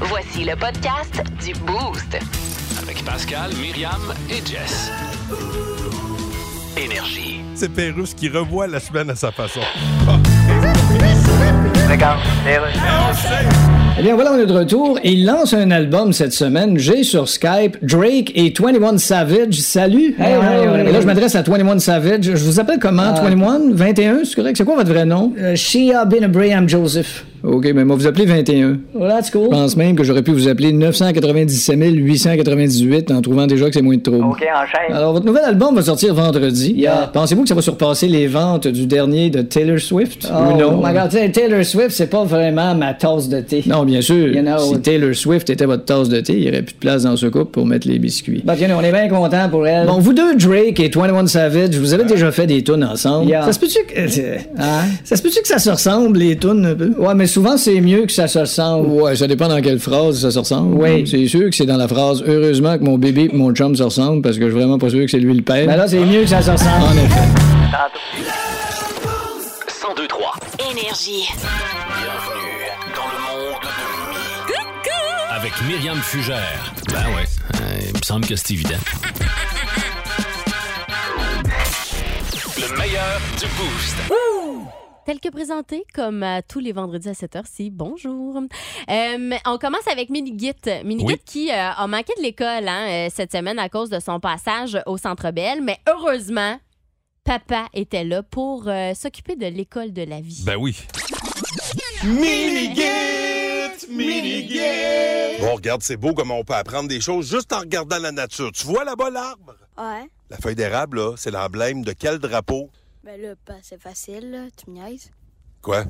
Voici le podcast du Boost. Avec Pascal, Myriam et Jess. Énergie. C'est Pérouse qui revoit la semaine à sa façon. Eh bien, voilà, on est de retour. Il lance un album cette semaine. J'ai sur Skype Drake et 21 Savage. Salut! Hey, hey, Et hey, là, hey. Ah. je m'adresse à 21 Savage. Je vous appelle comment? 21? 21? C'est correct? C'est quoi votre vrai nom? Uh, Shia bin Abraham Joseph. OK, mais moi, vous appelez 21. Well, that's Je cool. pense même que j'aurais pu vous appeler 997 898 en trouvant déjà que c'est moins de trop. OK, enchaîne. Alors, votre nouvel album va sortir vendredi. Pensez-vous que ça va surpasser les ventes du dernier de Taylor Swift? Oh, ou non? my God, tu sais, Taylor Swift, c'est pas vraiment ma tasse de thé. Non, bien sûr. You know- si Taylor Swift était votre tasse de thé, il n'y aurait plus de place dans ce couple pour mettre les biscuits. But, you know, on est bien content pour elle. Bon, vous deux, Drake et 21 Savage, vous avez déjà fait des tunes ensemble. Yeah. Ça se peut-tu que... euh, Hein? Ça se peut-tu que ça se ressemble, les tunes, un peu? Ouais, mais souvent, c'est mieux que ça se ressemble. Ouais, ça dépend dans quelle phrase ça se ressemble. Oui. C'est sûr que c'est dans la phrase « Heureusement que mon bébé et mon chum se ressemblent parce que je suis vraiment pas sûr que c'est lui le père. » Mais Ben là, c'est mieux que ça se En ressemble. effet. 1023. Énergie. Bienvenue dans le monde de Mi. Avec Myriam Fugère. Ben ouais, euh, il me semble que c'est évident. Le meilleur du boost. Tel que présenté, comme à tous les vendredis à 7h, c'est bonjour. Euh, on commence avec Minigit. Minigit Oui. qui euh, a manqué de l'école hein, euh, cette semaine à cause de son passage au Centre Belle, mais heureusement, papa était là pour euh, s'occuper de l'école de la vie. Ben oui. Bon, regarde, c'est beau comme on peut apprendre des choses juste en regardant la nature. Tu vois là-bas l'arbre? Ouais. La feuille d'érable, là, c'est l'emblème de quel drapeau? Ben là, pas- c'est facile, là. tu me niaises. Quoi?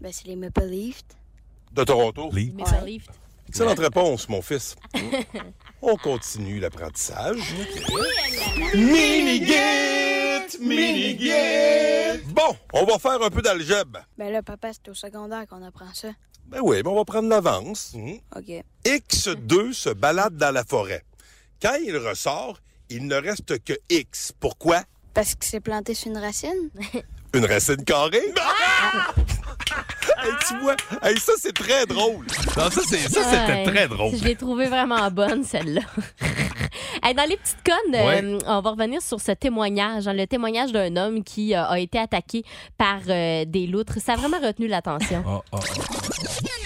Ben c'est les Maple Leafs. De Toronto. Les- Mais Ouais. ça arrive. Excellente réponse, mon fils. on continue l'apprentissage. Minigit! Minigit! Bon, on va faire un peu d'algèbre. Ben là, papa, c'est au secondaire qu'on apprend ça. Ben oui, mais on va prendre l'avance. Mm. Hmm. OK. X2 se balade dans la forêt. Quand il ressort, il ne reste que X. Pourquoi? Parce qu'il s'est planté sur une racine? Une racine carrée? Ah! Hey, tu vois, hey, ça c'est très drôle. Non, ça, c'est- ça, c'était Ouais. très drôle. Je l'ai trouvée vraiment bonne, celle-là. Hey, Dans les petites connes, Ouais. euh, on va revenir sur ce témoignage, hein, le témoignage d'un homme qui euh, a été attaqué par euh, des loutres. Ça a vraiment retenu l'attention. Ah, ah,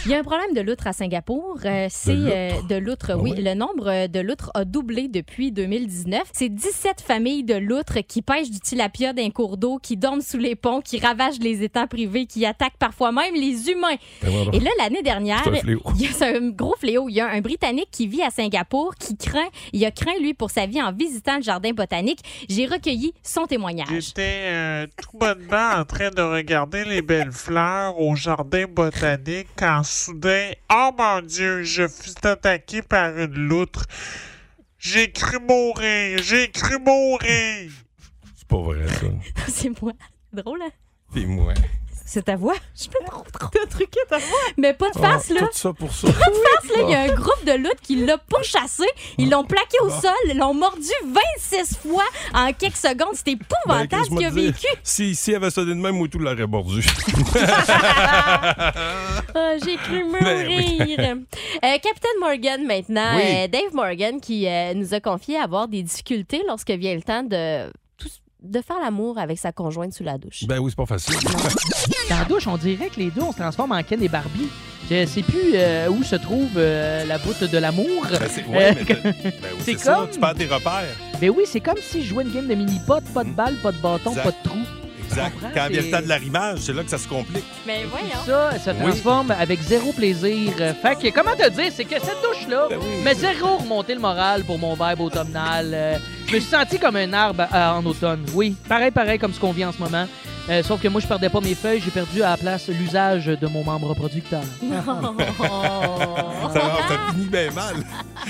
Il y a un problème de loutre à Singapour. Euh, c'est loutre? euh, de loutre, Ah oui. Le nombre euh, de loutres a doublé depuis 2019. C'est 17 familles de loutres qui pêchent du tilapia d'un cours d'eau, qui dorment sous les ponts, qui ravagent les étangs privés, qui attaquent parfois même les humains. ben voilà. Et là, l'année dernière, C'est un fléau. il y a- c'est un gros fléau. Il y a un Britannique qui vit à Singapour qui craint, il a craint, lui, pour sa vie en visitant le jardin botanique. J'ai recueilli son témoignage. J'étais euh, tout bonnement en train de regarder les belles fleurs au jardin botanique quand soudain, oh mon Dieu, je fus attaqué par une loutre. J'ai cru mourir, j'ai cru mourir. C'est pas vrai, ça. C'est moi. Drôle, hein? C'est moi. C'est ta voix? Je peux trop, trop. T'as truqué ta voix? Mais pas de face, là. Ah, Tout ça pour ça. Ah. Parce que là, il y a un groupe de loutres qui l'a pourchassé. Ils l'ont plaqué au sol, l'ont mordu 26 fois en quelques secondes. C'était Ben, épouvantable qu'est-ce ce qu'il a que je me vécu. dis? Si, si elle avait sonné de même, moi, tout l'aurait mordu. Ah, j'ai cru Ben oui. mourir. Euh, Capitaine Morgan maintenant. Euh, Dave Morgan qui euh, nous a confié avoir des difficultés lorsque vient le temps de, tout- de faire l'amour avec sa conjointe sous la douche. Ben oui, c'est pas facile. Dans la douche, on dirait que les deux, on se transforme en Ken et Barbie. Je sais plus euh, où se trouve euh, la boucle de l'amour. Ben, c'est ouais, mais t'as- ben oui, C'est c'est ça. comme- Tu perds tes repères. Mais oui, c'est comme si je jouais une game de mini-pot, pas de balle, pas de bâton, Exact. pas de trou. Exact. Je comprends, Quand vient le c'est- temps de l'arrimage, c'est là que ça se complique. Ben, Mais voyons. Ça, ça Oui. transforme avec zéro plaisir. Euh, Fait que, comment te dire, c'est que cette douche-là Ben oui. m'a zéro remonté le moral pour mon vibe automnal. Euh, je me suis senti comme un arbre euh, en automne. Oui, pareil, pareil, comme ce qu'on vit en ce moment. Euh, sauf que moi, je perdais pas mes feuilles, j'ai perdu à la place l'usage de mon membre reproducteur. Ça, va, ça Ah! finit Ah, bien mal.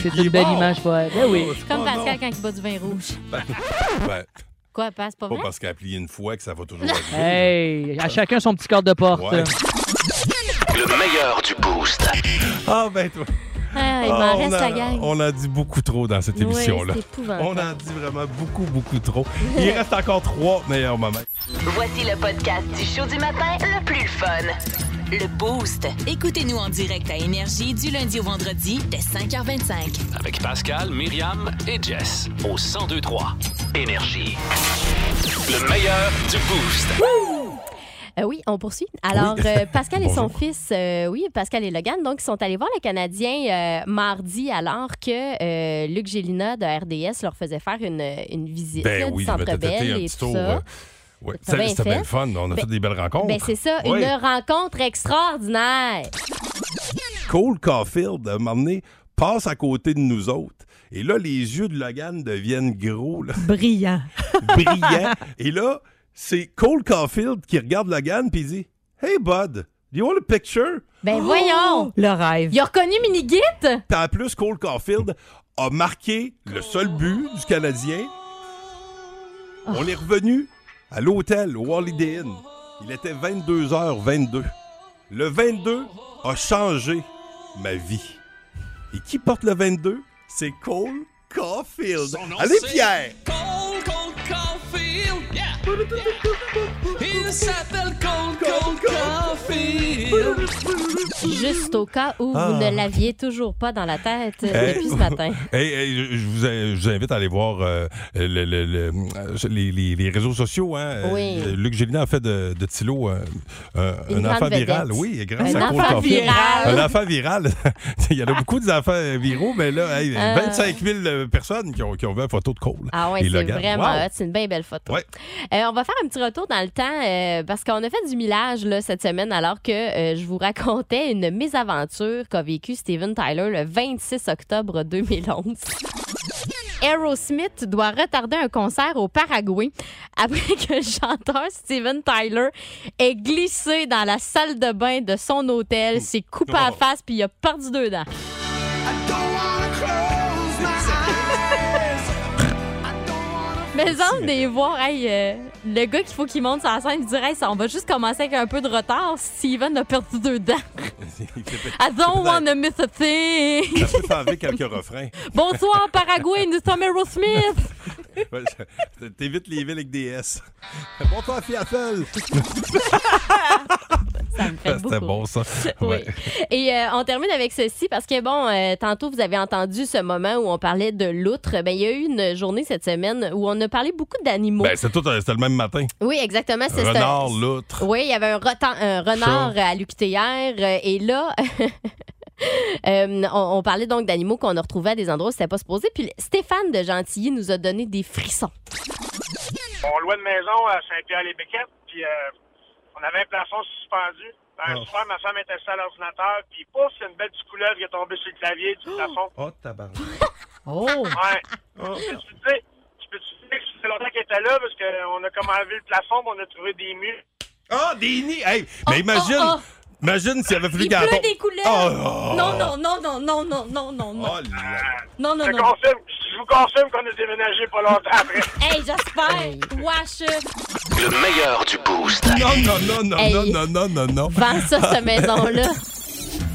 C'est Il est une belle mort. image, ouais. Ben oui. Comme Oh, Pascal non. quand il boit du vin rouge. Ben, ben, Quoi, passe pas pas vrai? parce qu'elle a plié une fois que ça va toujours arriver. Ah! Hey, à chacun son petit cadre de porte. Ouais. Le meilleur du boost. Ah, ben toi. Ah, il Ah, m'en on reste a- la gang. On a dit beaucoup trop dans cette Oui, émission-là. c'est épouvantable. On a dit vraiment beaucoup, beaucoup trop. Il reste encore trois meilleurs moments. Voici le podcast du show du matin le plus fun. Le Boost. Écoutez-nous en direct à Énergie du lundi au vendredi dès 5h25. Avec Pascal, Myriam et Jess au 1023 Énergie. Le meilleur du boost. Euh, oui, on poursuit. Alors, Oui. euh, Pascal et son Bonjour. fils, euh, oui, Pascal et Logan, donc, ils sont allés voir les Canadiens euh, mardi, alors que euh, Luc Gélina de RDS leur faisait faire une, une visite là, Ben du oui, je vais Centre te têter Bell un et petit tout tour. ça. euh, ouais. T'as bien Ça, C'était bien fait. le fun. On a Ben- fait des belles rencontres. Ben, c'est ça, Oui. une rencontre extraordinaire. Cole Caulfield, à un moment donné, passe à côté de nous autres. Et là, les yeux de Logan deviennent gros. Là. Brillant. Brillant. Et là, c'est Cole Caulfield qui regarde Logan puis il dit Hey, bud, do you want a picture? Ben voyons! Le rêve. Il a reconnu Minigit? Puis en plus, Cole Caulfield a marqué le seul but du Canadien. On est revenu à l'hôtel, au Holiday Inn. Il était 22h22. Le 22 a changé ma vie. Et qui porte le 22? C'est Cole Caulfield. Son nom, Allez, c'est Pierre! Cole, Cole Caulfield, yeah, yeah. Il s'appelle Cole, Cole Caulfield. Juste au cas où Ah. Ben, vous ne l'aviez toujours pas dans la tête euh, Hey. depuis ce matin. Hey, hey, je, je vous, je vous invite à aller voir euh, le- le- le- euh, les, les- les réseaux sociaux. Hein. Oui. Euh, Luc Gélina a fait de, de Thilo euh, euh, Une un grande enfant vedette. viral. Oui, grâce Un à Cole enfant Caulfield. viral. Un enfant viral. Il y en a beaucoup d'enfants viraux, mais là, hey, Euh. 25 000 personnes qui ont, qui ont vu la photo de Cole. Ah ouais, Et c'est Logan. vraiment Wow. hot. C'est une bien belle photo. Ouais. Euh, on va faire un petit retour dans le temps euh, parce qu'on a fait du millage là, cette semaine alors que euh, je vous racontais une mésaventure qu'a vécu Steven Tyler le 26 octobre 2011. Aerosmith doit retarder un concert au Paraguay après que le chanteur Steven Tyler ait glissé dans la salle de bain de son hôtel, s'est coupé à la Oh. face puis il a perdu deux dents. Mais on des voir, hey, euh, le gars qu'il faut qu'il monte sur la scène, il dirait, hey, ça, on va juste commencer avec un peu de retard. Steven a perdu deux dents. I don't want to miss a thing. Ça peut enlever quelques refrains. Bonsoir, Paraguay, nous sommes Aerosmith. Ouais, je- T'évites les villes avec des S. Bonsoir, Fiatel! Ça me fait C'était beaucoup. bon, ça. Oui. Ouais. Et euh, on termine avec ceci parce que, bon, euh, tantôt, vous avez entendu ce moment où on parlait de l'outre. Ben, il y a eu une journée cette semaine où on a parlé beaucoup d'animaux. Ben, c'est tout, euh, c'était le même matin. oui, exactement. c'est- c'est un- Renard, l'autre. Oui, il y avait un, rotan- un renard Chat. à l'UQTR. euh, Et là, euh, on, on parlait donc d'animaux qu'on a retrouvés à des endroits où c'était pas supposé. Puis Stéphane de Gentilly nous a donné des frissons. On louait une maison à Saint-Pierre-les-Béquettes, puis euh, on avait un plafond suspendu. Ben, Un Oh. soir, ma femme était à l'ordinateur, puis pouf, c'est une belle petite couleuvre qui est tombée sur le clavier du plafond. Oh, tabarnak. Oh. Oh. Ouais. Puis Tu peux dire, tu peux te dire que ça fait longtemps qu'elle était là, parce qu'on a comme enlevé le plafond, puis on a trouvé des murs. Ah, des nids! Hey, mais imagine, oh, imagine s'il avait fallu Il pleut tombe- des couleurs. Oh, oh. Non, non, non, non, non, non, non, non, non. Non, non, je, non. confirme- je vous confirme qu'on a déménagé Ah, pas longtemps après. Hey, j'espère. Wesh. Le meilleur du boost. Non, non, non, non, Hey. non, non, non, non, non. Vends ça, cette maison-là.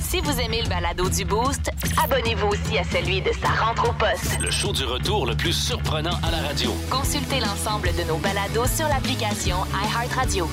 Si vous aimez le balado du Boost, abonnez-vous aussi à celui de sa rentre au poste. Le show du retour le plus surprenant à la radio. Consultez l'ensemble de nos balados sur l'application iHeartRadio.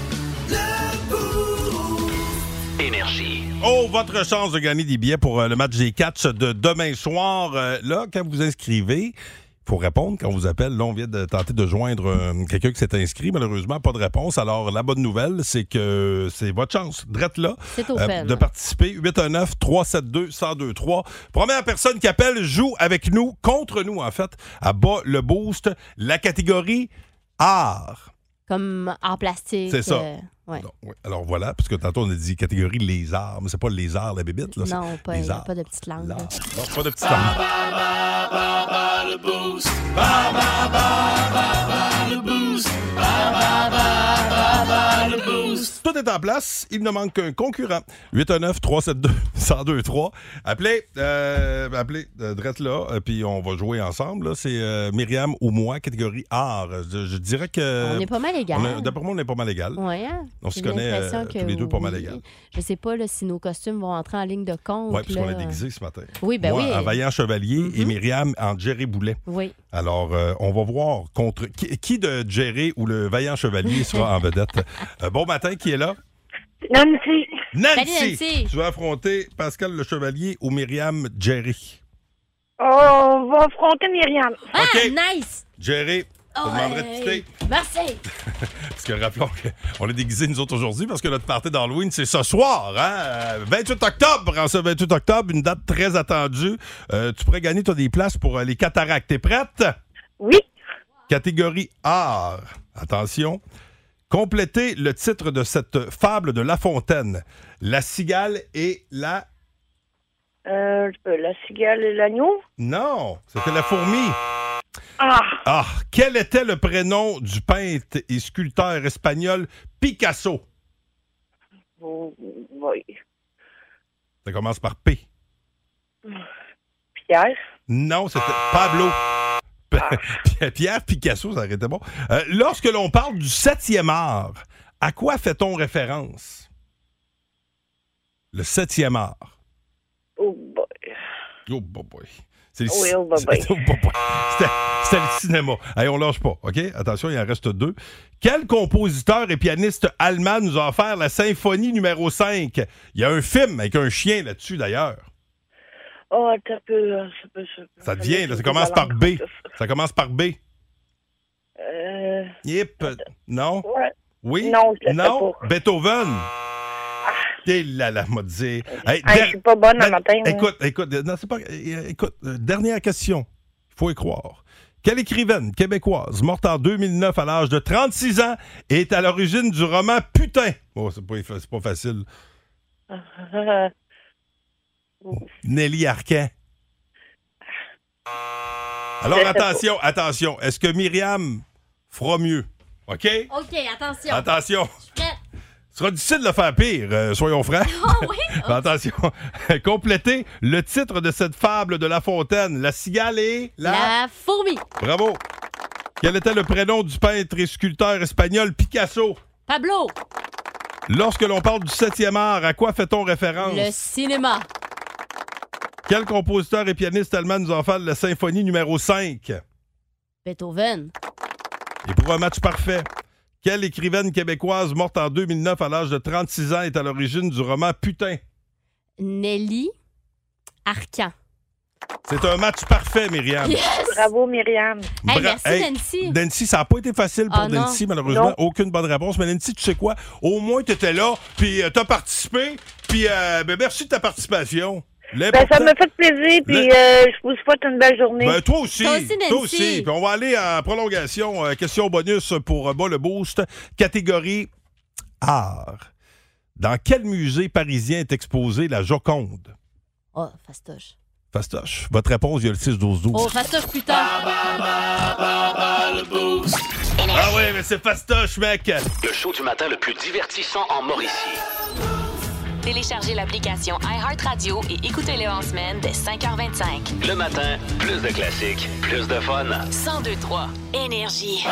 Énergie. Oh, votre chance de gagner des billets pour euh, le match des Cats de demain soir. Euh, là, quand vous inscrivez, il faut répondre quand on vous appelle. Là, on vient de tenter de joindre euh, quelqu'un qui s'est inscrit. Malheureusement, pas de réponse. Alors, la bonne nouvelle, c'est que euh, c'est votre chance, drette là, euh, C'est open. de participer. 819-372-1023. Première personne qui appelle joue avec nous, contre nous, en fait, à bas le boost, la catégorie art. Comme en plastique. C'est ça. euh, ouais. Oui, Alors voilà, parce que tantôt on a dit catégorie les arts, mais c'est pas les arts, la bébite. Là, c'est Non, pas, les y a arts. pas de petite langue. là. Non, pas de petite arme. Ba, ba, ba, ba, le boost. Ba, ba, ba, ba, ba, 12. Tout est en place. Il ne manque qu'un concurrent. 819-372-1023. Appelez, euh, appelez, euh, drette là, euh, puis on va jouer ensemble. là. C'est euh, Myriam ou moi, catégorie art. Je, je dirais que... On est pas mal égal. Euh, on est- D'après moi, on est pas mal égal. Ouais, hein? On se J'ai connaît euh, l'impression que tous les deux pas mal oui. égal. Je sais pas là, si nos costumes vont entrer en ligne de compte. Oui, puisqu'on là. est déguisé ce matin. Oui, ben Moi, oui. Mhm. en vaillant chevalier et Myriam en Jerry Boulet. Oui. Alors, euh, on va voir contre qui, qui de Jerry ou le vaillant chevalier sera en vedette. Euh, bon matin, qui est là? Nancy. Nancy! Tu vas affronter Pascal le chevalier ou Myriam Jerry. On va affronter Myriam. Ah, Oh, nice! Oh, Jerry, je te demanderai de quitter. Merci. Parce que rappelons qu'on est déguisés nous autres aujourd'hui parce que notre party d'Halloween, c'est ce soir, hein? Euh, 28 octobre. En ce 28 octobre, une date très attendue. Euh, tu pourrais gagner, toi, des places pour euh, les cataractes. T'es prête? Oui. Catégorie art. Attention. Complétez le titre de cette fable de La Fontaine. La cigale et la... Euh, euh, la cigale et l'agneau. Non, c'était la fourmi. Ah, Ah, quel était le prénom du peintre et sculpteur espagnol Picasso? bon, Oh, oui. Ça commence par P. Pierre. Non, c'était Pablo. Ah. P- Pierre Picasso, ça aurait été bon. Euh, lorsque l'on parle du septième art, à quoi fait-on référence? Le septième art. Oh, boy. Oh, boy, boy. C'est le, Oui, ci- oh, boy, boy. c'est- oh, boy, boy. C'était- c'était le cinéma. Allez, on lâche pas, OK? Attention, il en reste deux. Quel compositeur et pianiste allemand nous a offert la symphonie numéro 5? Il y a un film avec un chien là-dessus, d'ailleurs. Oh, attends un peu. là, Ça, peut, ça, peut- Ça devient, là, ça peut commence par balancer. B. Ça commence par B. Euh, Yep. Non? ouais. Oui? Non, je le sais Non? Beethoven? Et là, là, m'a dit. Hey, Hey, der- Ben, je suis pas bonne le matin. moi. Écoute, écoute, euh, non, c'est pas- euh, écoute, euh, dernière question. Il faut y croire. Quelle écrivaine québécoise, morte en 2009 à l'âge de 36 ans, est à l'origine du roman Putain? Bon, c'est pas, c'est pas facile. Euh, Nelly Arcan. Ah. Je Alors, sais pas. attention, attention. Est-ce que Myriam fera mieux? OK? OK, attention. Ah. Attention. prête. Ce sera difficile de le faire pire, euh, soyons francs. Oh oui? Mais attention. Complétez le titre de cette fable de La Fontaine. La cigale et la... La fourmi. Bravo. Quel était le prénom du peintre et sculpteur espagnol Picasso? Pablo, Lorsque l'on parle du septième art, à quoi fait-on référence? le cinéma. Quel compositeur et pianiste allemand nous a offert la symphonie numéro 5? Beethoven. Et pour un match parfait, quelle écrivaine québécoise morte en 2009 à l'âge de 36 ans est à l'origine du roman Putain? Nelly. Arcan. C'est un match parfait, Myriam. Bravo, Myriam. Bra- Hey, Nancy, ça n'a pas été facile pour Ah, non. Nancy, malheureusement. Non. Aucune bonne réponse. Mais Nancy, tu sais quoi? Au moins, tu étais là, puis tu t'as participé, puis euh, ben, merci de ta participation. Ben, ça L'important- m'a fait plaisir, puis Le- euh, je vous souhaite une belle journée. Ben, toi aussi. Toi aussi. Puis on va aller en prolongation. euh, question bonus pour euh, Bas le Boost. Catégorie art. Dans quel musée parisien est exposée la Joconde? Oh, fastoche. Fastoche. Votre réponse, il y a le 6-12-12. Oh, fastoche, putain. Ah ouais, mais c'est fastoche, mec! Le show du matin le plus divertissant en Mauricie. Téléchargez l'application iHeartRadio et écoutez-le en semaine dès 5h25. Le matin, plus de classiques, plus de fun. 1023 Énergie.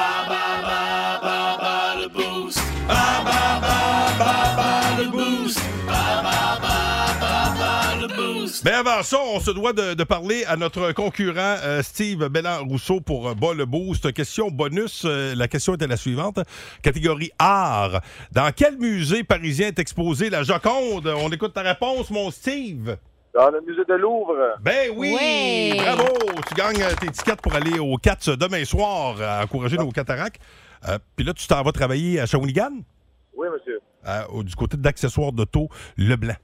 Mais avant ça, on se doit de, de parler à notre concurrent euh, Steve Bellan-Rousseau pour euh, Bas le Boost. Question bonus. euh, la question était la suivante. Catégorie art. Dans quel musée parisien est exposée la Joconde? On écoute ta réponse, mon Steve. Dans le musée de Louvre. Ben oui! Bravo! Tu gagnes euh, tes tickets pour aller au CATS demain soir, à encourager nos cataractes. Euh, Puis là, tu t'en vas travailler à Shawinigan? Oui, monsieur. Euh, au- du côté d'accessoires d'auto Leblanc.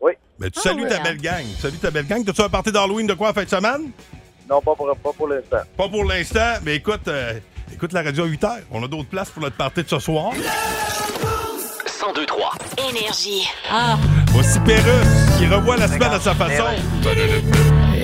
Oui. Mais tu Ah, salues oui, ta hein. belle gang. Salut ta belle gang. T'as-tu un party d'Halloween de quoi en fin de semaine? Non, pas pour, pas pour l'instant. Pas pour l'instant, mais écoute, euh, écoute la radio à 8 heures. On a d'autres places pour notre party de ce soir. 1023. Énergie. Ah. Voici Pérus qui revoit la semaine à sa façon.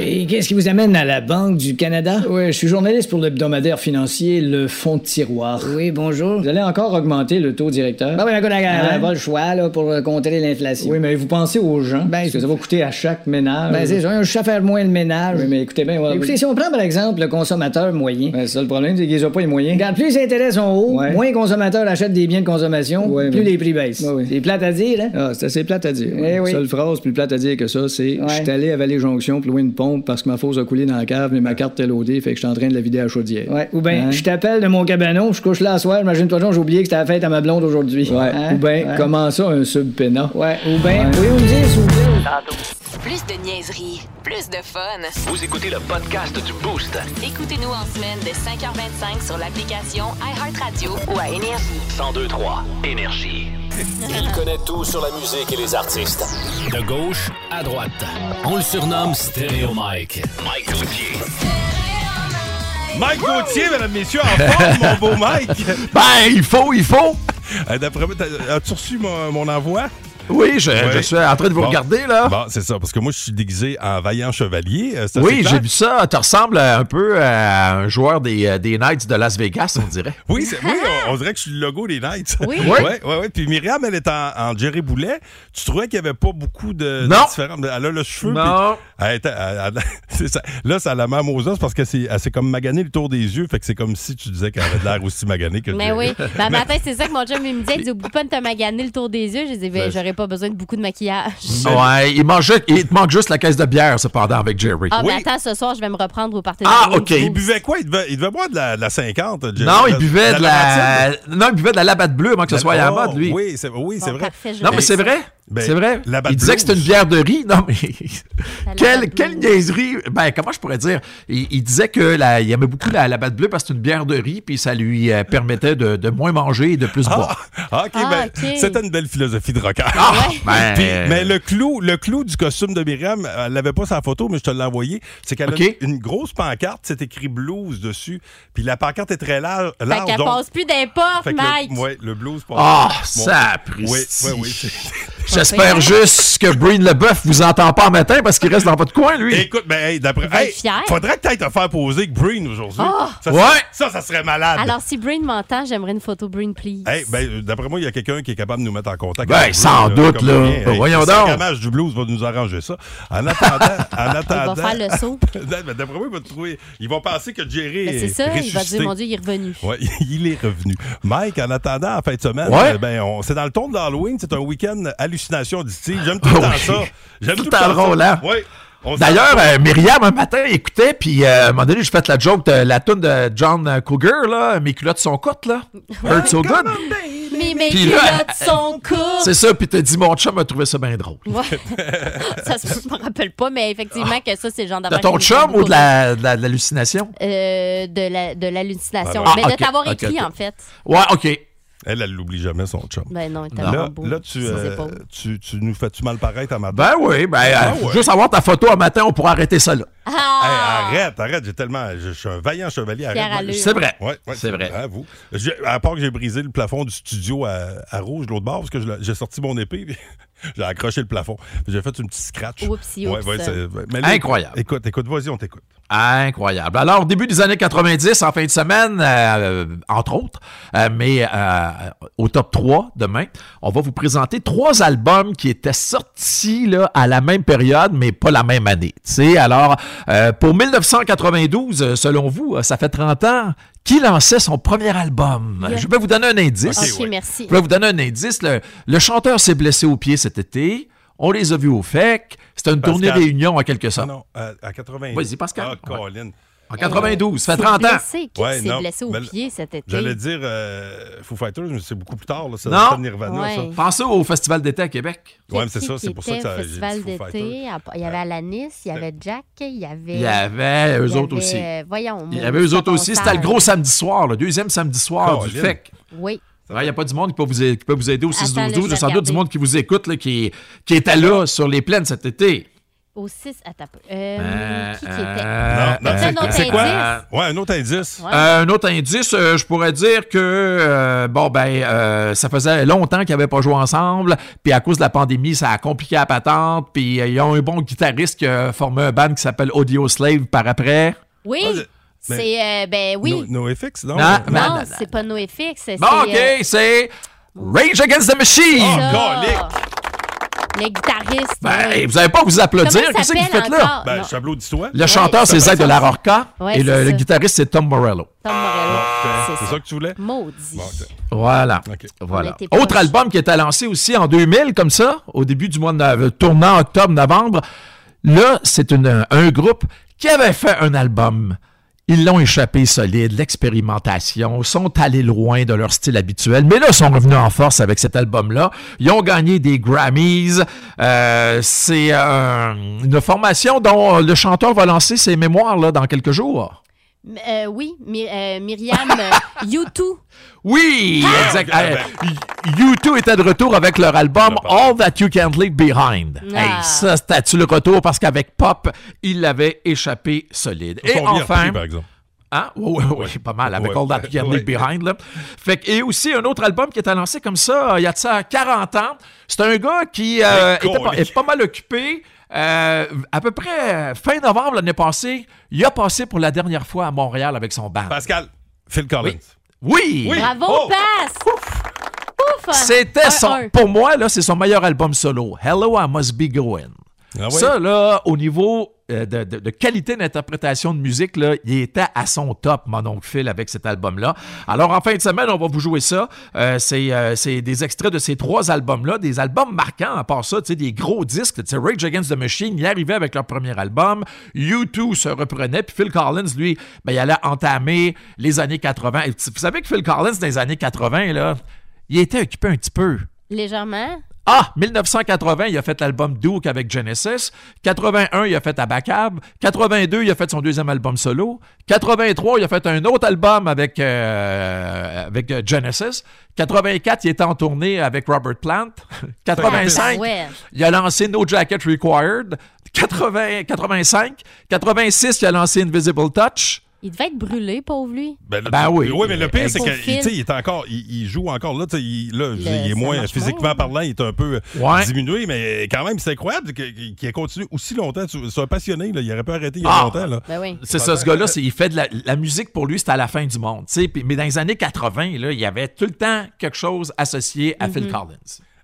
Et qu'est-ce qui vous amène à la Banque du Canada? Oui, je suis journaliste pour l'hebdomadaire financier Le Fonds de Tiroir. Oui, bonjour. Vous allez encore augmenter le taux directeur? Ben oui, mais écoute, regarde, Hein? pas le choix là, pour euh, contrer l'inflation. Oui, mais vous pensez aux gens? parce que ça va coûter à chaque ménage. Ben, c'est ça, un chat faire moins le ménage. Oui, mais écoutez bien, voilà. Écoutez, si on prend par exemple le consommateur moyen, Ben, ça, le problème, c'est qu'ils n'ont pas les moyens. regarde, plus les intérêts sont hauts, Ouais. moins les consommateurs achètent des biens de consommation, Ouais, plus mais- les prix baissent. C'est plate à dire, hein? Ah, c'est assez plate à dire. Eh La oui. seule phrase plus plate à dire que ça, c'est Ouais. Je suis allé à Vallée-Jonction pour louer une pompe parce que ma fosse a coulé dans la cave, mais ma carte est loadée, fait que je suis en train de la vider à la chaudière. Ouais. Ou bien, Hein? je t'appelle de mon cabanon, je couche là à soir, imagine-toi donc, j'ai oublié que c'était la fête à ma blonde aujourd'hui. Ouais. Hein? Ou bien, Ouais. comment ça, un subpénat? Ouais. Ou bien, Ouais. oui, ou dix, ou Plus de niaiserie, plus de fun. Vous écoutez le podcast du Boost. Écoutez-nous en semaine de 5h25 sur l'application iHeartRadio ou à Énergie. 1023 Énergie. Il connaît tout sur la musique et les artistes. De gauche à droite. On le surnomme Stéréo Mike. Mike Gauthier. Mike Gauthier, mesdames, messieurs, en forme, mon beau Mike. Ben, il faut, il faut. Euh, D'après moi, t'as- as-tu reçu mon, mon envoi? Oui, je- je suis en train de vous regarder, là. Bon, c'est ça, parce que moi, je suis déguisé en vaillant chevalier. euh, c'est assez Oui, clair. j'ai vu ça. Tu ressembles euh, un peu à un joueur des, euh, des Knights de Las Vegas, on dirait. Oui, c'est- oui, on, on dirait que je suis le logo des Knights. Oui. oui, oui. oui. Puis Myriam, elle est en, en Jerry Boulet. Tu trouvais qu'il n'y avait pas beaucoup de, de Non. différentes- Elle a le cheveu. Non. puis- Elle était- elle- elle- c'est ça. Là, ça la même aux os parce que c'est, elle s'est comme maganée le tour des yeux. Fait que c'est comme si tu disais qu'elle avait de l'air aussi maganée que Mais Jerry. oui. Mais- Ben, matin, c'est ça que mon chum il me dit. Il dit, oublie pas de te maganer le tour des yeux. Je dis, ben, Ben, j'aurais pas besoin de beaucoup de maquillage. Ouais, il, manque juste- il te manque juste la caisse de bière, cependant, avec Jerry. Ah, mais attends, ce soir, je vais me reprendre au party Ah, de Noël. OK. Il buvait quoi? Il devait, il devait boire de la, de la 50, Jerry. Non, il buvait de la, Lamartine? non, il buvait de la labatte bleue avant que ce soit à la Oh, mode, lui. Oui, c'est oui, c'est vrai. Non, mais c'est vrai. Ben, c'est vrai. la Il Batte disait que c'était une Blues. bière de riz. Non, mais. quelle, quelle niaiserie. Ben, comment je pourrais dire? Il, il disait que la- il aimait beaucoup la, la batte bleue parce que c'est une bière de riz, puis ça lui euh, permettait de, de moins manger et de plus boire. Ah, OK, Ah, ben, OK. c'était une belle philosophie de rocker. Ah! ben- mais le clou, le clou du costume de Myriam, elle l'avait pas sa photo, mais je te l'ai envoyé. C'est qu'elle OK. a une, une grosse pancarte, c'est écrit blues dessus. Puis la pancarte est très large. Fait large qu'elle donc- passe plus d'importe, fait que Mike. le, ouais, le blues passe. Ah, Bon. ça a pris. Oui, oui, oui. c'est- J'espère juste que Breen Leboeuf vous entend pas en matin parce qu'il reste dans votre coin, lui. Écoute, ben, hey, d'après. Hey, faudrait que t'ailles te faire poser avec Breen aujourd'hui. Ah! Ça, Ouais. ça, ça serait ben, malade. Alors, si Brain m'entend, j'aimerais une photo Brain, please. Hey, ben, d'après moi, il y a quelqu'un qui est capable de nous mettre en contact. Ben, avec Breen, sans doute, comme là. rien. Ben, voyons le donc. sargamage du blues va nous arranger ça. En attendant, en attendant. faire le saut. Non, ben, d'après moi, il va te trouver. Ils vont penser que Jerry Ben, est c'est ça, il va ressuscité. dire, mon Dieu, il est revenu. Ouais, il est revenu. Mike, en attendant, en fin de semaine, Ouais. euh, ben, on- c'est dans le ton de l'Halloween. C'est un week-end hallucination d'ici. J'aime tout le Ah temps oui. ça. J'aime Tout tout, le temps drôle, hein? Oui. On s'en- D'ailleurs, euh, Myriam, un matin, écoutait, puis euh, à un moment donné, j'ai fait la joke de la toune de John Cougar, là, mes culottes sont courtes, là. Hurt so good. Mais mes Puis là, culottes sont courtes. C'est ça, puis t'as dit, mon chum a trouvé ça bien drôle. Ouais. ça, se peut, je me rappelle pas, mais effectivement, que ça, c'est le genre De d'affaire ton qui me parle chum ou de beaucoup. la- de la- de l'hallucination? Euh, de la- de l'hallucination. Ah, mais ok, de t'avoir ok, écrit, ok. en fait. Ouais, OK. Elle, elle l'oublie jamais, son chum. Ben non, il est Là, tellement beau. là, tu, Ses euh, épaules. tu, tu nous fais-tu mal paraître à matin? Ben oui, ben, Ah euh, ouais. juste avoir ta photo un matin, on pourra arrêter ça, là. Ah! Ah! Hey, arrête, arrête, j'ai tellement. Je, je suis un vaillant chevalier. Fière arrête. allure. C'est vrai. Ouais, ouais, c'est vrai. vous. Je- à part que j'ai brisé le plafond du studio à, à rouge de l'autre bord, parce que je l'ai- j'ai sorti mon épée, puis j'ai accroché le plafond. Puis J'ai fait une petite scratch. Oupsie, oups. c'est- Incroyable. Écoute, écoute, vas-y, on t'écoute. Incroyable. Alors, au début des années 90, en fin de semaine, euh, entre autres, euh, mais euh, au top 3 demain, on va vous présenter trois albums qui étaient sortis là, à la même période, mais pas la même année. tu sais. Alors, euh, pour 1992, euh, selon vous, euh, ça fait 30 ans, qui lançait son premier album? Yeah. Je vais vous donner un indice. Ok, merci. Je vais vous donner un indice. Le, le chanteur s'est blessé au pied cet été. On les a vus au FEC. C'était une Pascal. tournée réunion en quelque sorte. Non, à, à 80. Vas-y, Pascal. Ah, Colin. En 92, ça fait 30 ans. blessé, qui Ouais, s'est non, blessé au ben, pied cet été? J'allais dire euh, Foo Fighters, mais c'est beaucoup plus tard. Là, ça Non. ça, Nirvana, ça. Ouais. Pensez au Festival d'été à Québec. Ouais, mais c'est ça, c'est pour ça que ça. Au j'ai dit festival Foo Fighters. d'été, à- il y avait Alanis, il y avait Jack, il y avait. Il y avait eux il y autres avait, aussi. euh, Voyons. Il y avait eux autres aussi. C'était le gros sac. samedi soir, le deuxième samedi soir du Colin. FEC. Oui. Il n'y a pas du monde qui peut vous, qui peut vous aider au Attends, là, 6-12-12. je vais sans doute regarder. du monde qui vous écoute là, qui, qui était là sur les plaines cet été. Au 6 à taper. Euh, Euh, qui qui euh, était? euh, Non, euh, c'est- un autre c'est quoi? indice? Ouais, un autre indice. Ouais. Euh, un autre indice, euh, je pourrais dire que euh, bon ben euh, ça faisait longtemps qu'ils n'avaient pas joué ensemble, puis à cause de la pandémie, ça a compliqué la patente, puis euh, ils ont un bon guitariste qui a formé un band qui s'appelle Audio Slave par après. Oui, Ah, le- c'est... euh, ben oui. Non, NoFX, non? Non, non, non, non, c'est pas NoFX. c'est, Bon, ok, euh, c'est Rage Against the Machine. Ah, ça. Le guitariste. Ben, oui. vous n'allez pas à vous applaudir. Comment il Qu'est-ce que vous s'appelle faites là? encore? Ben, Non. je t'applaudis-toi. Le chanteur, c'est Zach de la Rocca. Ouais, et c'est le, le ça. guitariste, c'est Tom Morello. Tom Morello. Ah, C'est ça. que tu voulais? Maudit. Voilà. On voilà. était proches. Autre album qui était lancé aussi en 2000, comme ça, au début du mois de nove- tournant octobre-novembre. Là, c'est une- un groupe qui avait fait un album. Ils l'ont échappé solide, l'expérimentation, sont allés loin de leur style habituel, mais là, ils sont revenus en force avec cet album-là. Ils ont gagné des Grammys. Euh, c'est euh, une formation dont le chanteur va lancer ses mémoires là, dans quelques jours. M- euh, oui, Mi- euh, Myriam, euh, U2. Oui, Ah! exact. Euh, ben. YouTube était de retour avec leur album All That You Can't Leave Behind. Ah. Hey, ça, c'était-tu le retour? Parce qu'avec Pop, il l'avait échappé solide. Ils Et sont bien enfin... repris, par exemple. Hein? Oui, oui, oui, pas mal, avec Ouais. All That You Can't Leave Behind. là. Fait que- et aussi, un autre album qui est annoncé comme ça, euh, il y a de ça 40 ans. C'est un gars qui euh, Hey, était pas- colique. est pas mal occupé. Euh, à peu près euh, fin novembre l'année passée, il a passé pour la dernière fois à Montréal avec son band. Pascal, Phil Collins. Oui! Bravo, Oh! passe! Ouf! Ouf! C'était Un, son, un. pour moi, là, c'est son meilleur album solo. Hello, I Must Be Going. Ah oui? Ça, là, au niveau euh, de, de- de qualité d'interprétation de musique, là, il était à son top, mon oncle Phil, avec cet album-là. Alors, en fin de semaine, on va vous jouer ça. Euh, c'est, euh, c'est des extraits de ces trois albums-là, des albums marquants, à part ça, tu sais, des gros disques. Tu sais, Rage Against the Machine, il arrivait avec leur premier album. U2 se reprenait, puis Phil Collins, lui, ben, il allait entamer les années 80. Et vous savez que Phil Collins, dans les années 80, là, il était occupé un petit peu. Légèrement. Ah, 1980, il a fait l'album Duke avec Genesis. 81, il a fait Abacab. 82, il a fait son deuxième album solo. 83, il a fait un autre album avec, euh, avec euh, Genesis. 84, il était en tournée avec Robert Plant. 85, Ah, ouais. il a lancé No Jacket Required. 80, 85, 86, il a lancé Invisible Touch. Il devait être brûlé, pauvre lui. Ben, là, Ben tu- oui. mais le pire, c'est Pour qu'il Phil. est encore, il, il joue encore là. tu sais, Il, là, je veux dire, il est ça moins marche physiquement moins. parlant, il est un peu euh, Ouais. diminué, mais quand même, c'est incroyable que- qu'il ait continué aussi longtemps. Tu- C'est un passionné, là, il aurait pu arrêter il y a Ah! longtemps. Là. Ben oui. C'est ça, ce gars-là, c'est- il fait de la, la musique pour lui, c'est à la fin du monde. tu sais. Puis- Mais dans les années 80, là, il y avait tout le temps quelque chose associé à Phil Collins.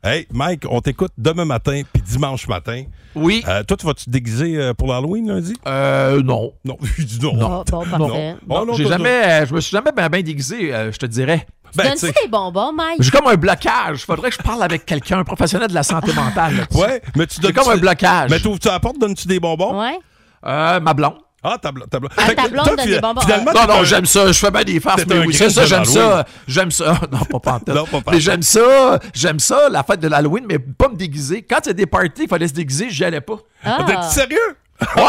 Hey, Mike, on t'écoute demain matin puis dimanche matin. Oui. toi, tu vas-tu te déguiser euh, pour l'Halloween lundi? Euh, Ah, non. Non, il dit non. Bon, bon, parfait. Non. Oh, non, J'ai toi, jamais, euh, je me suis jamais bien déguisé, euh, je te dirais. Ben, tu Donne-tu sais- des bonbons, Mike? J'ai comme un blocage. Faudrait que je parle avec quelqu'un, un professionnel de la santé mentale. là-dessus. Ouais, mais tu J'ai donnes-tu- comme un blocage. Mais t'ouvres-tu la porte, donnes-tu des bonbons? Ouais. Euh, ma blonde. Ah, ta blonde. Ta blonde, Ah, Fait que ta blonde toi, donne fina- des bonbons. Finalement, Non, Ah, t'es non, un- j'aime ça. Je fais bien des farces. T'es Mais un oui, Grinch c'est ça, de j'aime ça. l'Halloween. J'aime ça. Ah, Non, pas pantoute. Non, pas pantoute. Mais j'aime ça. J'aime ça, la fête de l'Halloween, mais pas me déguiser. Quand il y a des parties, il fallait se déguiser, j'y allais pas. Ah. T'es-tu sérieux? Ouais.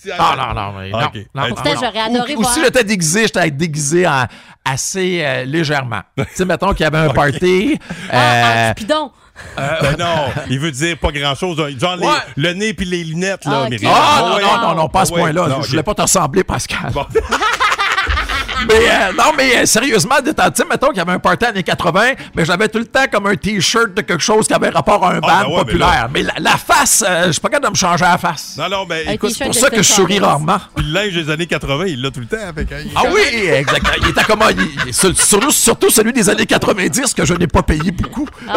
Tu y allais? Ah non, non, mais non. Ah, ok. non, Pourtant, non, non. j'aurais adoré Ou, ou voir. si j'étais déguisé, j'étais déguisé en- assez euh, légèrement. tu sais, mettons qu'il y avait un Ok. party. Ah, euh, ah, Cupidon! Ben non, il veut dire pas grand-chose. hein. Genre les- Ouais. le nez puis les lunettes, là, Ah, Myriam. Ah non, Ouais. non, non, non, pas à ce Ah ouais. point-là. Non, je ok. voulais pas te ressembler, Pascal. Bon. Mais euh, non, mais euh, sérieusement, détends- tu sais, mettons qu'il y avait un party années 80, mais j'avais tout le temps comme un t-shirt de quelque chose qui avait rapport à un band Ah, ben ouais, populaire. Mais, la, la face, euh, je suis pas capable de me changer la face. Non, non, mais Un écoute, C'est pour t-shirt ça de que je Phil souris Collins. rarement. puis le linge des années 80, il l'a tout le temps. Fait que, hein. il- Ah oui, exactement. Il était comme un- il- il- sur- sur- surtout celui des années 90 que je n'ai pas payé beaucoup. Ah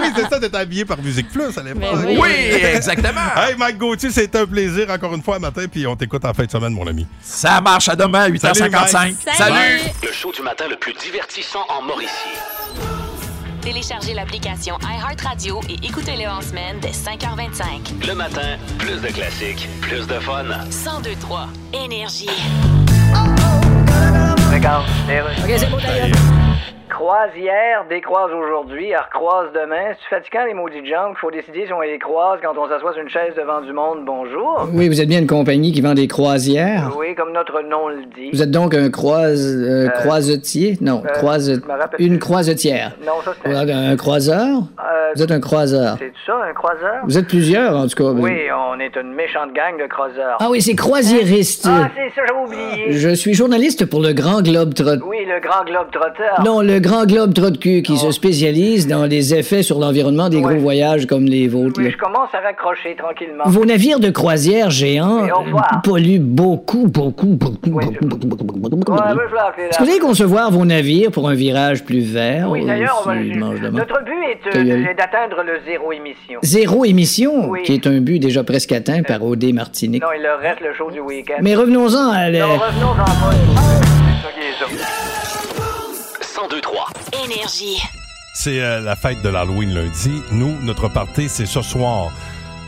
oui, c'est ça, t'es habillé par Musique Plus à l'époque. Mais Oui, exactement. Hey, Mike Gauthier, c'était un plaisir encore une fois matin, puis on t'écoute en fin de semaine, mon ami. Ça marche à demain, 8h55. Salut, Mike. Salut. Salut. Le show du matin le plus divertissant en Mauricie. Téléchargez l'application iHeartRadio et écoutez-le en semaine dès 5h25. Le matin, plus de classiques, plus de fun. 1023 Énergie. Regarde, OK, c'est bon, d'ailleurs. Croise hier, décroise aujourd'hui, elle recroise demain. C'est fatigant les maudits jambes qu'il faut décider si on les croise quand on s'assoit sur une chaise devant du monde. Bonjour. Oui, vous êtes bien une compagnie qui vend des croisières. Oui, comme notre nom le dit. Vous êtes donc un croise, euh, Euh, croisetier? Non, euh, croise, je me rappelle une plus. croisetière. Non, ça, c'est- Vous êtes un croiseur? Euh, vous êtes un croiseur. C'est ça, un croiseur? Vous êtes plusieurs, en tout cas. Oui, on est une méchante gang de croiseurs. Ah oui, c'est croisiériste. Ah, c'est ça, j'avais oublié. Je suis journaliste pour le Grand Globe Trotteur. Oui, le grand globe trotteur. Non, le Grand Globe Trot cul qui se spécialise dans les effets sur l'environnement des gros voyages comme les vôtres. là. Je commence à raccrocher tranquillement. Vos navires de croisière géants Oui, au revoir. polluent beaucoup, beaucoup, beaucoup, beaucoup, beaucoup, beaucoup, beaucoup, beaucoup. Ouais, ben, je vais appeler là. Est-ce que vous allez concevoir vos navires pour un virage plus vert? Oui, euh, d'ailleurs, on va- s'ils mangent demain? notre but est euh, T'as eu- est d'atteindre le zéro émission. Zéro émission, Oui. Euh, qui est un but déjà presque atteint par O.D. Martinique. Non, il leur reste le show du week-end. Mais revenons-en à la- Non, revenons-en pas. 102-3. Énergie. C'est euh, la fête de l'Halloween lundi. Nous, notre party, c'est ce soir.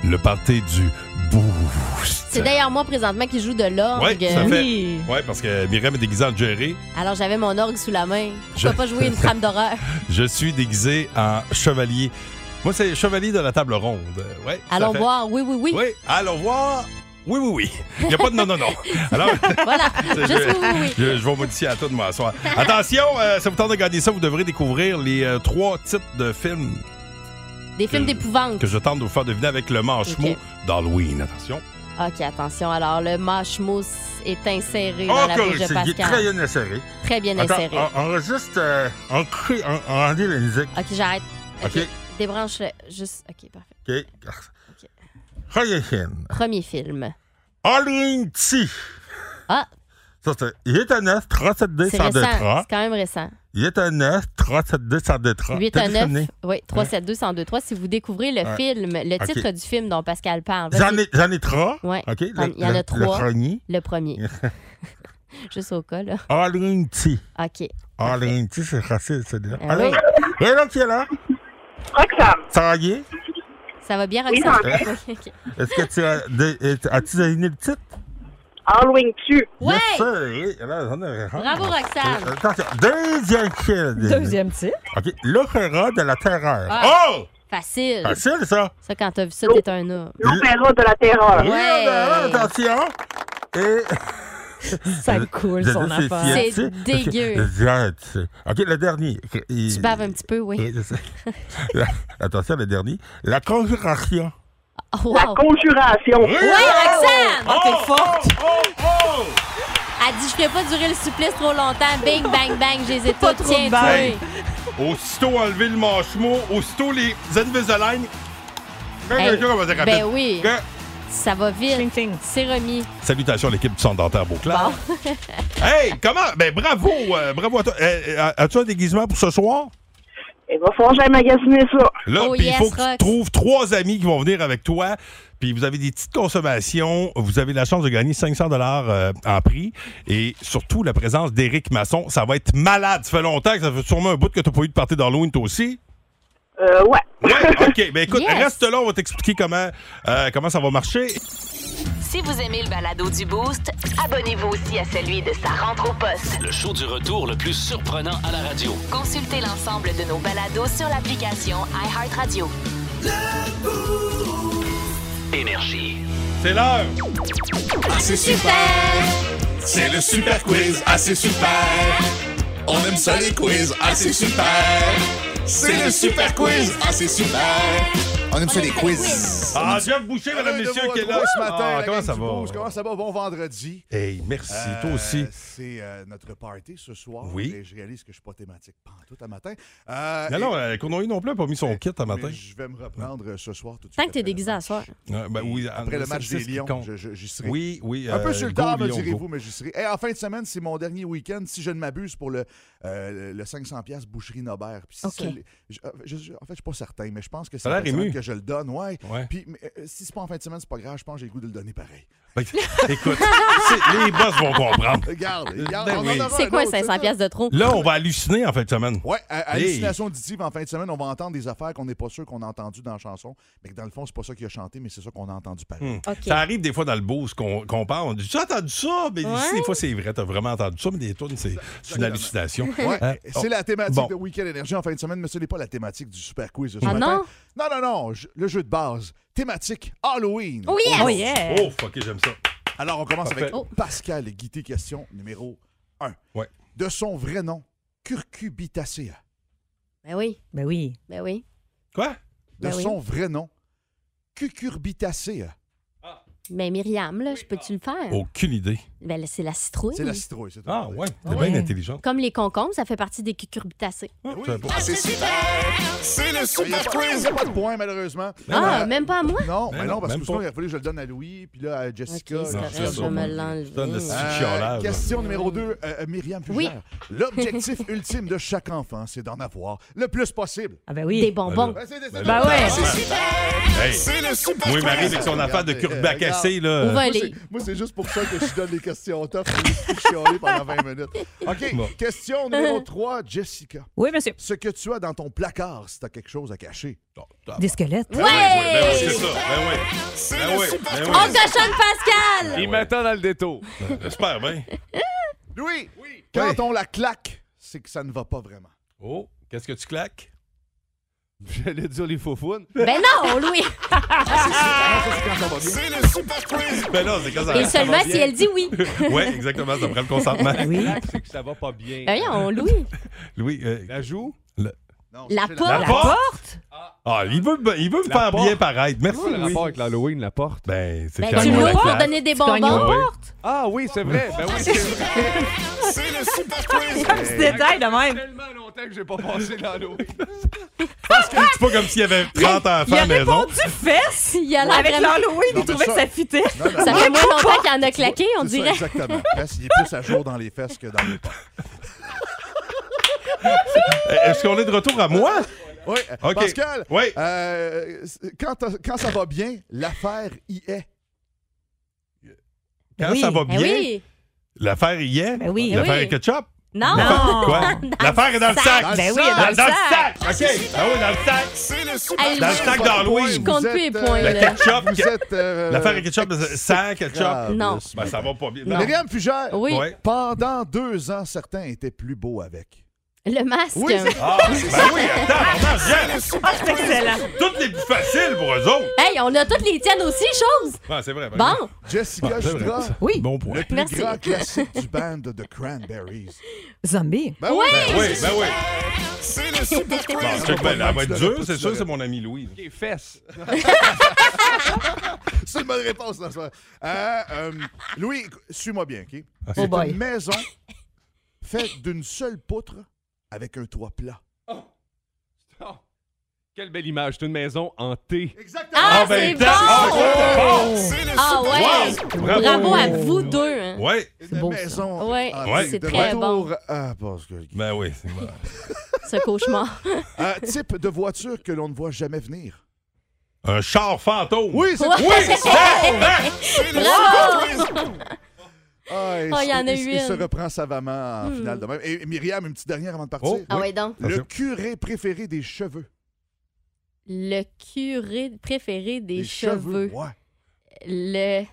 Le party du boost. C'est d'ailleurs moi présentement qui joue de l'orgue. Oui, ça fait. Ouais, parce que Myriam est déguisée en Jerry. Alors j'avais mon orgue sous la main. Je Je- peux pas jouer une trame d'horreur. Je suis déguisé en chevalier. Moi, c'est chevalier de la table ronde. Euh, Ouais, ça Allons fait. voir, oui, oui, oui. Oui, allons voir. Oui, oui, oui. Il n'y a pas de non, non, non. Alors, voilà, je, je- je vais modifier à tout de m'asseoir. Attention, euh, si vous tentez de gagner ça, vous devrez découvrir les euh, trois titres de films Des films d'épouvante. que je tente de vous faire deviner avec le manche-mot Ok. d'Halloween. Attention. OK, attention. Alors, le mâche mousse est inséré dans la fiche de Ah, Oh, c'est- il est Pascal. très bien inséré. Très bien Attends, ah. inséré. en- enregistre, euh, en cri, en, en rendez la musique. OK, j'arrête. OK. OK. Débranche le... Juste... OK, parfait. OK. Halloween. Premier film. Halloween T. Ah! Ça, c'est. Il est un 9, 37 D, C'est 102 récent. C'est 3. quand même récent. Il est un 9, 37 D, 102 3. 8 à 9, oui, 3, 7, 2, 102, 3. Si vous découvrez le Ouais. film, le OK. titre du film dont Pascal parle. Vas-y. J'en ai, j'en ai trois. Ouais. OK. Il y en a trois. Le premier. Le premier. Juste au cas, là. Halloween T. OK. Halloween T, c'est facile, c'est déjà. Ah Allô? oui. Allô, qui est là? Roxane. Ça va bien? Ça va bien, Oui, Roxane? ça va. OK, OK. Est-ce que tu as, dé- est- as-tu deviné le titre? Halloween tu. Ouais. Yes, sir. Oui, là, j'en ai Ah, Bravo, Roxane. Attention, deuxième kill. Deuxième titre. OK, l'opéra de la terreur. Ah! Oh! Facile. Facile, ça. Ça, quand t'as vu ça, t'es un homme. L'opéra de la terreur. Oui, Ouais. ben, attention. Et... Ça coule, son affaire. C'est fiancé. dégueu. Fiancé. OK, le dernier. Il- Tu baves un petit peu, oui. Oui, je sais. La- Attention, le dernier. La conjuration. La conjuration. Oui, Oh, Roxane! Oh, t'es forte. Elle dit, je ferai pas durer le supplice trop longtemps. Bing, bang, bang, je les ai tous. Tiens, Hey, tiens. aussitôt enlever le manchemot, aussitôt les Invisalign. Ben, Hey, ben, je vais dire rapide. ben oui. Ben, Ça va vite. C'est remis. Salutations à l'équipe du Centre dentaire Beauclerc. Bon. Hey, comment? Ben bravo, euh, bravo à toi. Euh, euh, as-tu un déguisement pour ce soir? Il va falloir Eh ben, que j'aille magasiner ça. Là, Oh puis yes, il faut que Rox. tu trouves trois amis qui vont venir avec toi. Puis vous avez des petites consommations. Vous avez la chance de gagner 500 dollars euh, en prix. Et surtout, la présence d'Éric Masson. Ça va être malade. Ça fait longtemps que ça fait sûrement un bout que tu n'as pas eu de partie d'Halloween, toi aussi. Euh, ouais. Ouais, OK. Ben écoute, Yes. reste là. On va t'expliquer comment, euh, comment ça va marcher. Si vous aimez le balado du Boost, abonnez-vous aussi à celui de sa rentre au poste. Le show du retour le plus surprenant à la radio. Consultez l'ensemble de nos balados sur l'application iHeartRadio. Énergie. C'est l'heure. Ah, c'est super. C'est le super quiz. Ah, c'est super. On aime ça les quiz. Ah, c'est super. C'est le super quiz. Ah, c'est super. On aime ça les quiz. Ah, Jeff Boucher, mesdames, Heureux de messieurs, vous qui est là. retrouver ce Ah, matin. la comment gang ça du va? Boost. Comment ça va? Bon vendredi. Hey, merci. toi Euh, aussi. C'est euh, notre party ce soir. Oui. Et je réalise que je suis pas thématique tout à matin. Euh, Non, et- non, euh, Cournoyer non plus n'a pas mis son kit à matin. mais Je vais me reprendre euh, ce soir tout de suite. Tant que t'es déguisé à soir. Ah, ben oui, Après le c'est- match c'est des ce qui Lions, compte. je- je- j'y serai. Oui, oui. Un peu euh, sur le go, tard, me Lions, go. direz-vous, mais j'y serai. Et en fin de semaine, c'est mon dernier week-end, si je ne m'abuse, pour le, euh, le 500$ Boucherie Nobert. Puis si Ok. ça l'est- je- euh, je- je- en fait, je ne suis pas certain, mais je pense que c'est T'as la l'air ému. que je le donne. Ouais. Puis mais, euh, si ce n'est pas en fin de semaine, c'est pas grave, je pense que j'ai le goût de le donner pareil. Ben, Écoute, c'est- les boss vont comprendre. Regarde, regarde. on Ben en oui. aura un C'est quoi autre, 500 pièces de trop? Là, on va halluciner en fin de semaine. Ouais, à- Hey. hallucination auditive en fin de semaine, on va entendre des affaires qu'on n'est pas sûr qu'on a entendues dans la chanson, mais que dans le fond, c'est pas ça qu'il a chanté, mais c'est ça qu'on a entendu parler. Hmm. Ça arrive des fois dans le boost qu'on qu'on parle. On dit J'ai entendu ça, mais ici, des fois, c'est vrai. T'as vraiment entendu ça, mais des tunes, c'est c'est une hallucination. Ouais, Hein? c'est Oh. la thématique Bon. de Weekend Énergie en fin de semaine, mais ce n'est pas la thématique du super quiz de ce Ah matin. Non, non, non, je- le jeu de base. Thématique Halloween. Oh, yes! Aujourd'hui. Oh, yeah! Oh, fuck, j'aime ça. Alors, on commence Parfait. avec Pascal Guité, question numéro 1. Ouais. De son vrai nom, Curcubitacea. Ben oui. Ben oui. Ben oui. Quoi? De Ben oui. son vrai nom, Cucurbitacea. Mais Myriam, là, je peux-tu le faire? Aucune idée. Ben, là, c'est la citrouille. C'est la citrouille, c'est Ah, ouais. T'es Ouais. bien intelligente. Comme les concombres, ça fait partie des cucurbitacées. Ah, c'est super! C'est le super Il quiz! n'y a pas de point, malheureusement. Ah, Euh, même pas à moi? Non, Ben mais non, non, parce même que sinon, pas. il a fallu que je le donne à Louis, puis là à Jessica. Ok, c'est puis correct, là, je vais me l'enlever. Donne le petit Euh, chiolage. question numéro 2, euh, Myriam Fugère. Oui. L'objectif ultime de chaque enfant, c'est d'en avoir le plus possible. Ah ben oui. Des bonbons. Ben, c'est- c'est- Ben c'est- ouais. c'est super! Hey. C'est le super Moi, il m'arrive quiz. avec son affaire de Regardez, curbacassé, euh, là. regarde. On va Moi, aller. c'est- Moi, c'est juste pour ça que je donne les questions top et je suis chiolé pendant 20 minutes. OK, Bon. question numéro 3, Jessica. Oui, monsieur. Ce que tu as dans ton placard, si tu as quelque chose à cacher. Des squelettes. Ouais! Ben oui, c'est ça. Ben oui. Ben oui. Ben oui. On cochonne Pascal! Il m'attend dans le détour. Ben, J'espère bien. Louis, quand on la claque, c'est que ça ne va pas vraiment. Oh, qu'est-ce que tu claques? J'allais dire les faufounes. Ben non, Louis! C'est le super quiz. Ben non, c'est quand ça ça Et va seulement bien. si elle dit oui. ouais, exactement, ça prend le consentement. Oui. C'est que ça va pas bien. Voyons, Louis. Louis, euh, La joue? La porte. La porte? Ah, il veut, il veut me faire bien paraître. Merci. Quoi le Louis. rapport avec l'Halloween, la porte? Ben, c'est Ben, quand tu même l'ouvres la pour claque. donner des Tu bonbons. cognes aux Ouais. Ah oui, c'est vrai. Ben oui, c'est vrai. C'est le super quiz. Un petit détail de même. tellement longtemps que j'ai pas passé l'Halloween. Parce que c'est pas comme s'il y avait 30 enfants Il a à maison. répondu fesses Il a l'air avec vraiment- l'Halloween, Non, il mais trouvait ça- que ça fitait. Ça fait moins longtemps qu'il en a claqué, on C'est ça, dirait. exactement. Reste, il est plus à jour dans les fesses que dans les pas. Euh, Est-ce qu'on est de retour à moi? Oui, euh, OK. Pascal, Oui. euh, c'est- quand, t'as- quand ça va bien, l'affaire y est. Quand ça va bien, Ben oui. l'affaire y est. Ben oui. L'affaire Ben oui. est ketchup. Non. L'affaire- Quoi? Dans L'affaire est dans le sac. Ben oui, elle est dans le sac. OK. Ah oui, dans le sac. C'est le Hey, Dans le Louis, sac Je d'Halloween. compte plus les euh, points, Le là. ketchup. Vous êtes. euh, L'affaire est ketchup, sans ketchup. exécrable Non. ce Ben, ça matin. va pas bien. Non. Myriam Fugère, Oui. Ouais. pendant deux ans, certains étaient plus beaux avec. Le masque. Oui, c'est- Ah, ben oui, attends, attends, Jean. Ah, c'est excellent. Toutes les plus faciles pour eux autres. Hey, on a toutes les tiennes aussi, chose. Ah, c'est vrai. Bon. Jessica Ouais, c'est vrai. Judra, Oui. Bon point. le plus Merci. grand classique du band de The Cranberries. Zombie. Ben oui, Ben oui, ben oui. c'est le super quiz. Bon, check bien, elle va être dure, c'est sûr, c'est mon ami Louis. Les fesses. C'est une bonne réponse, dans ce soir. Euh, euh, Louis, éc- suis-moi bien, OK? C'est Oh boy. une maison faite d'une seule poutre avec un toit plat. Oh, Quelle belle image. C'est une maison hantée. Exactement. Ah, Ah, ben, c'est t'as- ah, bon! Ah ouais! Wow! Bravo, Bravo. à vous deux. hein. Ouais, Une maison. euh, Ouais, Ah, Ouais. c'est de très retour bon, à Pascal. ben oui. c'est bon. ce cauchemar. Euh, type de voiture que l'on ne voit jamais venir. Un char fantôme. Oui, c'est Ouais. Oui, tabarnak! Bravo! Ah, Oh, se- il y en a se- eu Il se une. reprend savamment en Hmm. finale de même. Et Myriam, une petite dernière avant de partir. Oh, oui. Ah ouais, donc. Le Attention. curé préféré des cheveux. Le curé préféré des Des cheveux. Ouais. Le.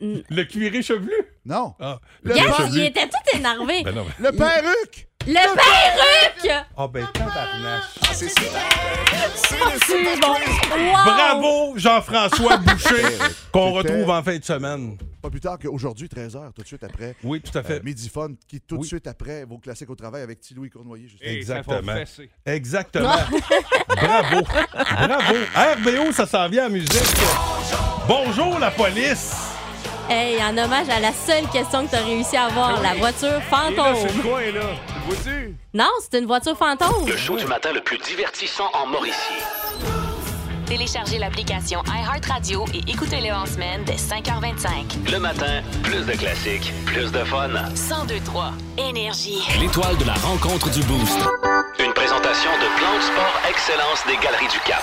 Le cuiré chevelu. Non. Ah, le Yes, cuiré il chevelu. était tout énervé. Ben non, ben. Le perruque! Le perruque! Ah, ben, tabarnak. C'est super! C'est bon! Wow! Bravo, Jean-François Boucher, qu'on C'était- retrouve en fin de semaine. Pas plus tard qu'aujourd'hui, 13h, tout de suite après. Oui, tout à Euh, fait. Midi Fun, qui tout de Oui. suite après vos classiques au travail avec T. Louis Cournoyer. Juste Hey, avant. Exactement. Ça va fesser. Exactement. Bravo. Bravo. RBO, ça s'en vient à musique. Bonjour, la police. Hey, en hommage à la seule question que t'as réussi à avoir, la voiture Ben Et là, c'est fantôme. le coin, là. Le vois-tu? Non, c'est une voiture fantôme. Le show du matin le plus divertissant en Mauricie. Téléchargez l'application iHeartRadio et écoutez-le en semaine dès 5h25. Le matin, plus de classiques, plus de fun. 1023 Énergie. L'étoile de la rencontre du Boost. Une présentation de plan de sport excellence des Galeries du Cap.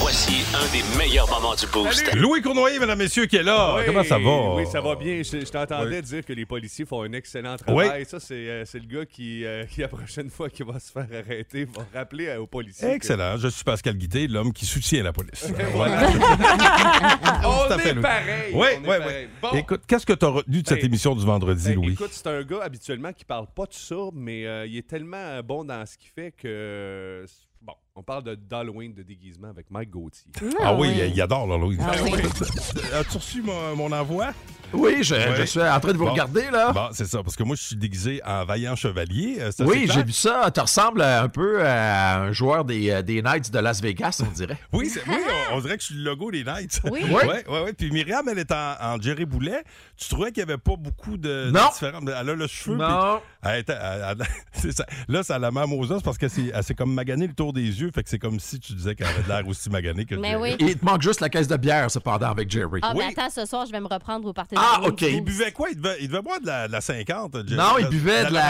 Voici un des meilleurs moments du Boost. Louis Cournoyer, mesdames, messieurs, qui est là. Oui, Ah, Comment ça va? Oui, ça va bien. Je, je t'entendais Oui. dire que les policiers font un excellent travail. Ça, c'est euh, c'est le gars qui, euh, qui, la prochaine fois qu'il va se faire arrêter, va rappeler euh, aux policiers. que- Excellent. Je suis Pascal Guité, l'homme qui soutient la police. On Tout à fait, est Louis. pareil. Oui, on est oui, oui. pareil. Bon. Écoute, qu'est-ce que tu as retenu de cette Hey. émission du vendredi, Hey, Louis? Eh, Écoute, c'est un gars habituellement qui parle pas de ça, mais euh, il est tellement euh, bon dans ce qu'il fait que. euh, Bon, on parle de- d'Halloween de déguisement avec Mike Gauthier. Ah oui, il- il adore, là, Louis. Ah oui. As-tu reçu mon, mon envoi? Oui, je- je suis en train de vous regarder, là. Bon, c'est ça, parce que moi, je suis déguisé en vaillant chevalier. euh, c'est assez Oui, clair. j'ai vu ça. Tu ressembles euh, un peu à un joueur des, euh, des Knights de Las Vegas, on dirait. Oui, c'est- oui, on, on dirait que je suis le logo des Knights. Oui. oui, oui. oui. Puis Myriam, elle est en, en Jerry Boulet. Tu trouvais qu'il n'y avait pas beaucoup de, de Non. différents- Elle a le cheveu. Non. puis- Elle était- elle- elle- c'est ça. Là, ça la même aux os parce qu'elle s'est elle s'est comme maganée le tour des yeux. Fait que c'est comme si tu disais qu'elle avait de l'air aussi maganée que Mais Ben Jerry. oui. Et il te manque juste la caisse de bière, cependant, avec Jerry. Ah, mais attends, ce soir, je vais me reprendre au party de Ah, Halloween OK. du Il Boost. buvait quoi? Il devait, il devait boire de la, de la 50, Jerry. Non, il buvait de la,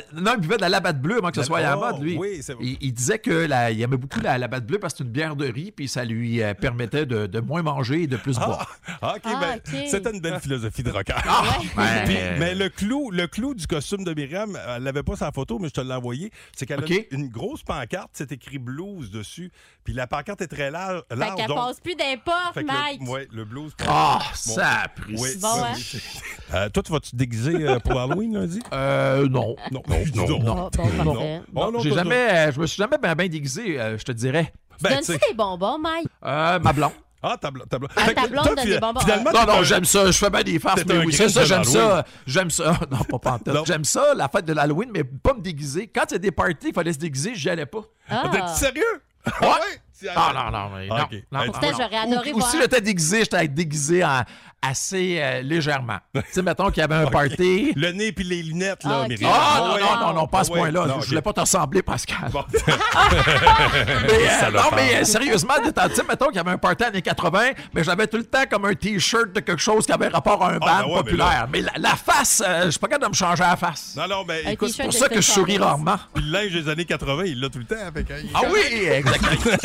Lamartine? non, il buvait de la labatte bleue avant que ce La- soit à la Oh, mode, lui. oui, c'est il, il disait que la- il aimait beaucoup la labatte bleue parce que c'est une bière de riz, puis ça lui euh, permettait de, de moins manger et de plus boire. Ah, OK, Ah, ben, OK. c'était une belle philosophie de rocker. Ah, ben. Puis, mais le clou, le clou du costume de Myriam, elle l'avait pas sa photo, mais je te l'ai envoyé, c'est qu'elle OK. a une, une grosse pancarte, c'est écrit blues dessus, puis la pancarte est très lar- large. Fait qu'elle donc- passe plus Fait d'importe, que Mike. le, ouais, le blues. Ah, Bon. ça a pris. Oui, Bon, oui, hein? oui. Euh, toi, tu vas-tu te déguiser euh, pour Halloween lundi? Euh, non. Non, non, non, non. non. Ah, Bon, bon, Ben, parfait. Non, Oh, non, J'ai toi, Ben, jamais, euh, je me suis jamais bien ben déguisé, euh, je te dirais. Tu Donnes-tu des bonbons, Mike? Euh, ma blonde. Ah, ta blonde. Ta blonde, Ah, ta blonde donne des bonbons. non, non, j'aime ça. Je fais bien des farces, T'es mais un oui, c'est Grinch ça, de j'aime l'Halloween. ça. J'aime ça. Non, pas pantoute. J'aime ça, la fête de l'Halloween, mais pas me déguiser. Quand il y a des parties, il fallait se déguiser, j'y allais pas. Ah. T'es-tu sérieux? Ouais. C'est- Ah non, non, mais non. Ah, ok. non, Ah, non, putain, non. j'aurais adoré Ou, ou si voir. j'étais déguisé, j'étais déguisé en- assez euh, légèrement. tu sais, mettons qu'il y avait un party. Le nez puis les lunettes, là, Ah, Myriam. non, Ouais. Ah non, non, non, pas à ce Ouais. point-là. Non, je ok. voulais pas te ressembler, Pascal. Mais, euh, non, Salopard. mais euh, sérieusement, détends tu sais, mettons qu'il y avait un party années 80, mais j'avais tout le temps comme un T-shirt de quelque chose qui avait rapport à un band Ah, ben ouais, populaire. Mais, la, la face, euh, je suis pas capable de me changer la face. Non, non, ben, Un écoute, t-shirt C'est pour de ça que je souris Stefan Reyes. rarement. Puis le linge des années 80, il l'a tout le temps. Avec, Ah oui, exactement.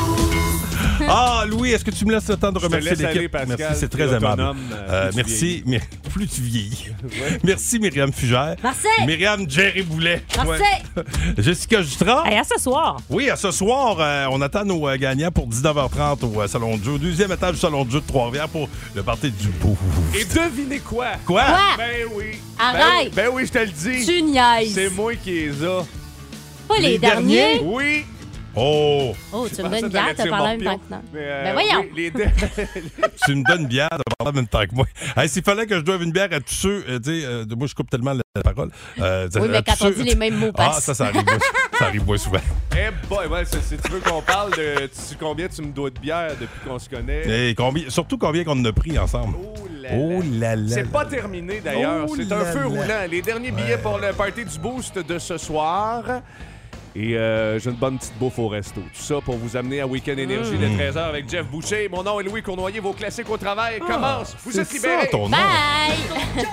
ah, Louis, est-ce que tu me laisses le temps de Je te remercier laisse aller, l'équipe? Pascal. Merci, c'est T'es très aimable. autonome, Euh, plus tu merci, mais plus tu vieillis. Merci, Myriam Fugère. Merci. Myriam Jerry Boulet. Merci. Jessica Jutras. Hey, à ce soir. Oui, à ce soir, euh, on attend nos euh, gagnants pour 19h30 au euh, Salon de jeu, au deuxième étage du Salon de jeu de Trois-Rivières pour le party du beau. Et devinez quoi? Quoi? Quoi? Ben oui. Arrête. Ben oui, ben oui, je te le dis. Tu niaises. C'est moi qui les a. Pas les, derniers. Oui. Ah, Oh! Oh, tu Je me donnes pensais une bière, t'arrêter t'as parlé en même Morpion. temps que non. Mais, euh, Ben voyons. oui, les de- tu me donnes une bière de parler en même temps que moi. Hey, S'il fallait que je doive une bière à tous ceux, euh, tu sais, euh, moi je coupe tellement la, la parole. Euh, Oui, à mais tous quand on ceux- dit les mêmes mots, Ah, passe. ça, ça arrive, moins- ça arrive moins souvent. Eh boy, ouais, c'est- si tu veux qu'on parle de tu- combien tu me dois de bière depuis qu'on se connaît. Et combien, surtout combien qu'on en a pris ensemble. Oh là Oh Eh. là là. C'est pas terminé d'ailleurs. Oh c'est un là feu là. roulant. Les derniers billets pour le party du boost de ce soir. Et euh, j'ai une bonne petite bouffe au resto. Tout ça pour vous amener à Week-end Énergie Mm. dès 13h avec Jeff Boucher. Mon nom est Louis Cournoyer. Vos classiques au travail commencent. Vous Ah, c'est êtes libérés. ça, ton nom. Bye!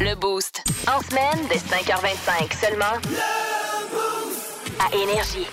le Boost. En semaine, dès 5h25 seulement. À Énergie.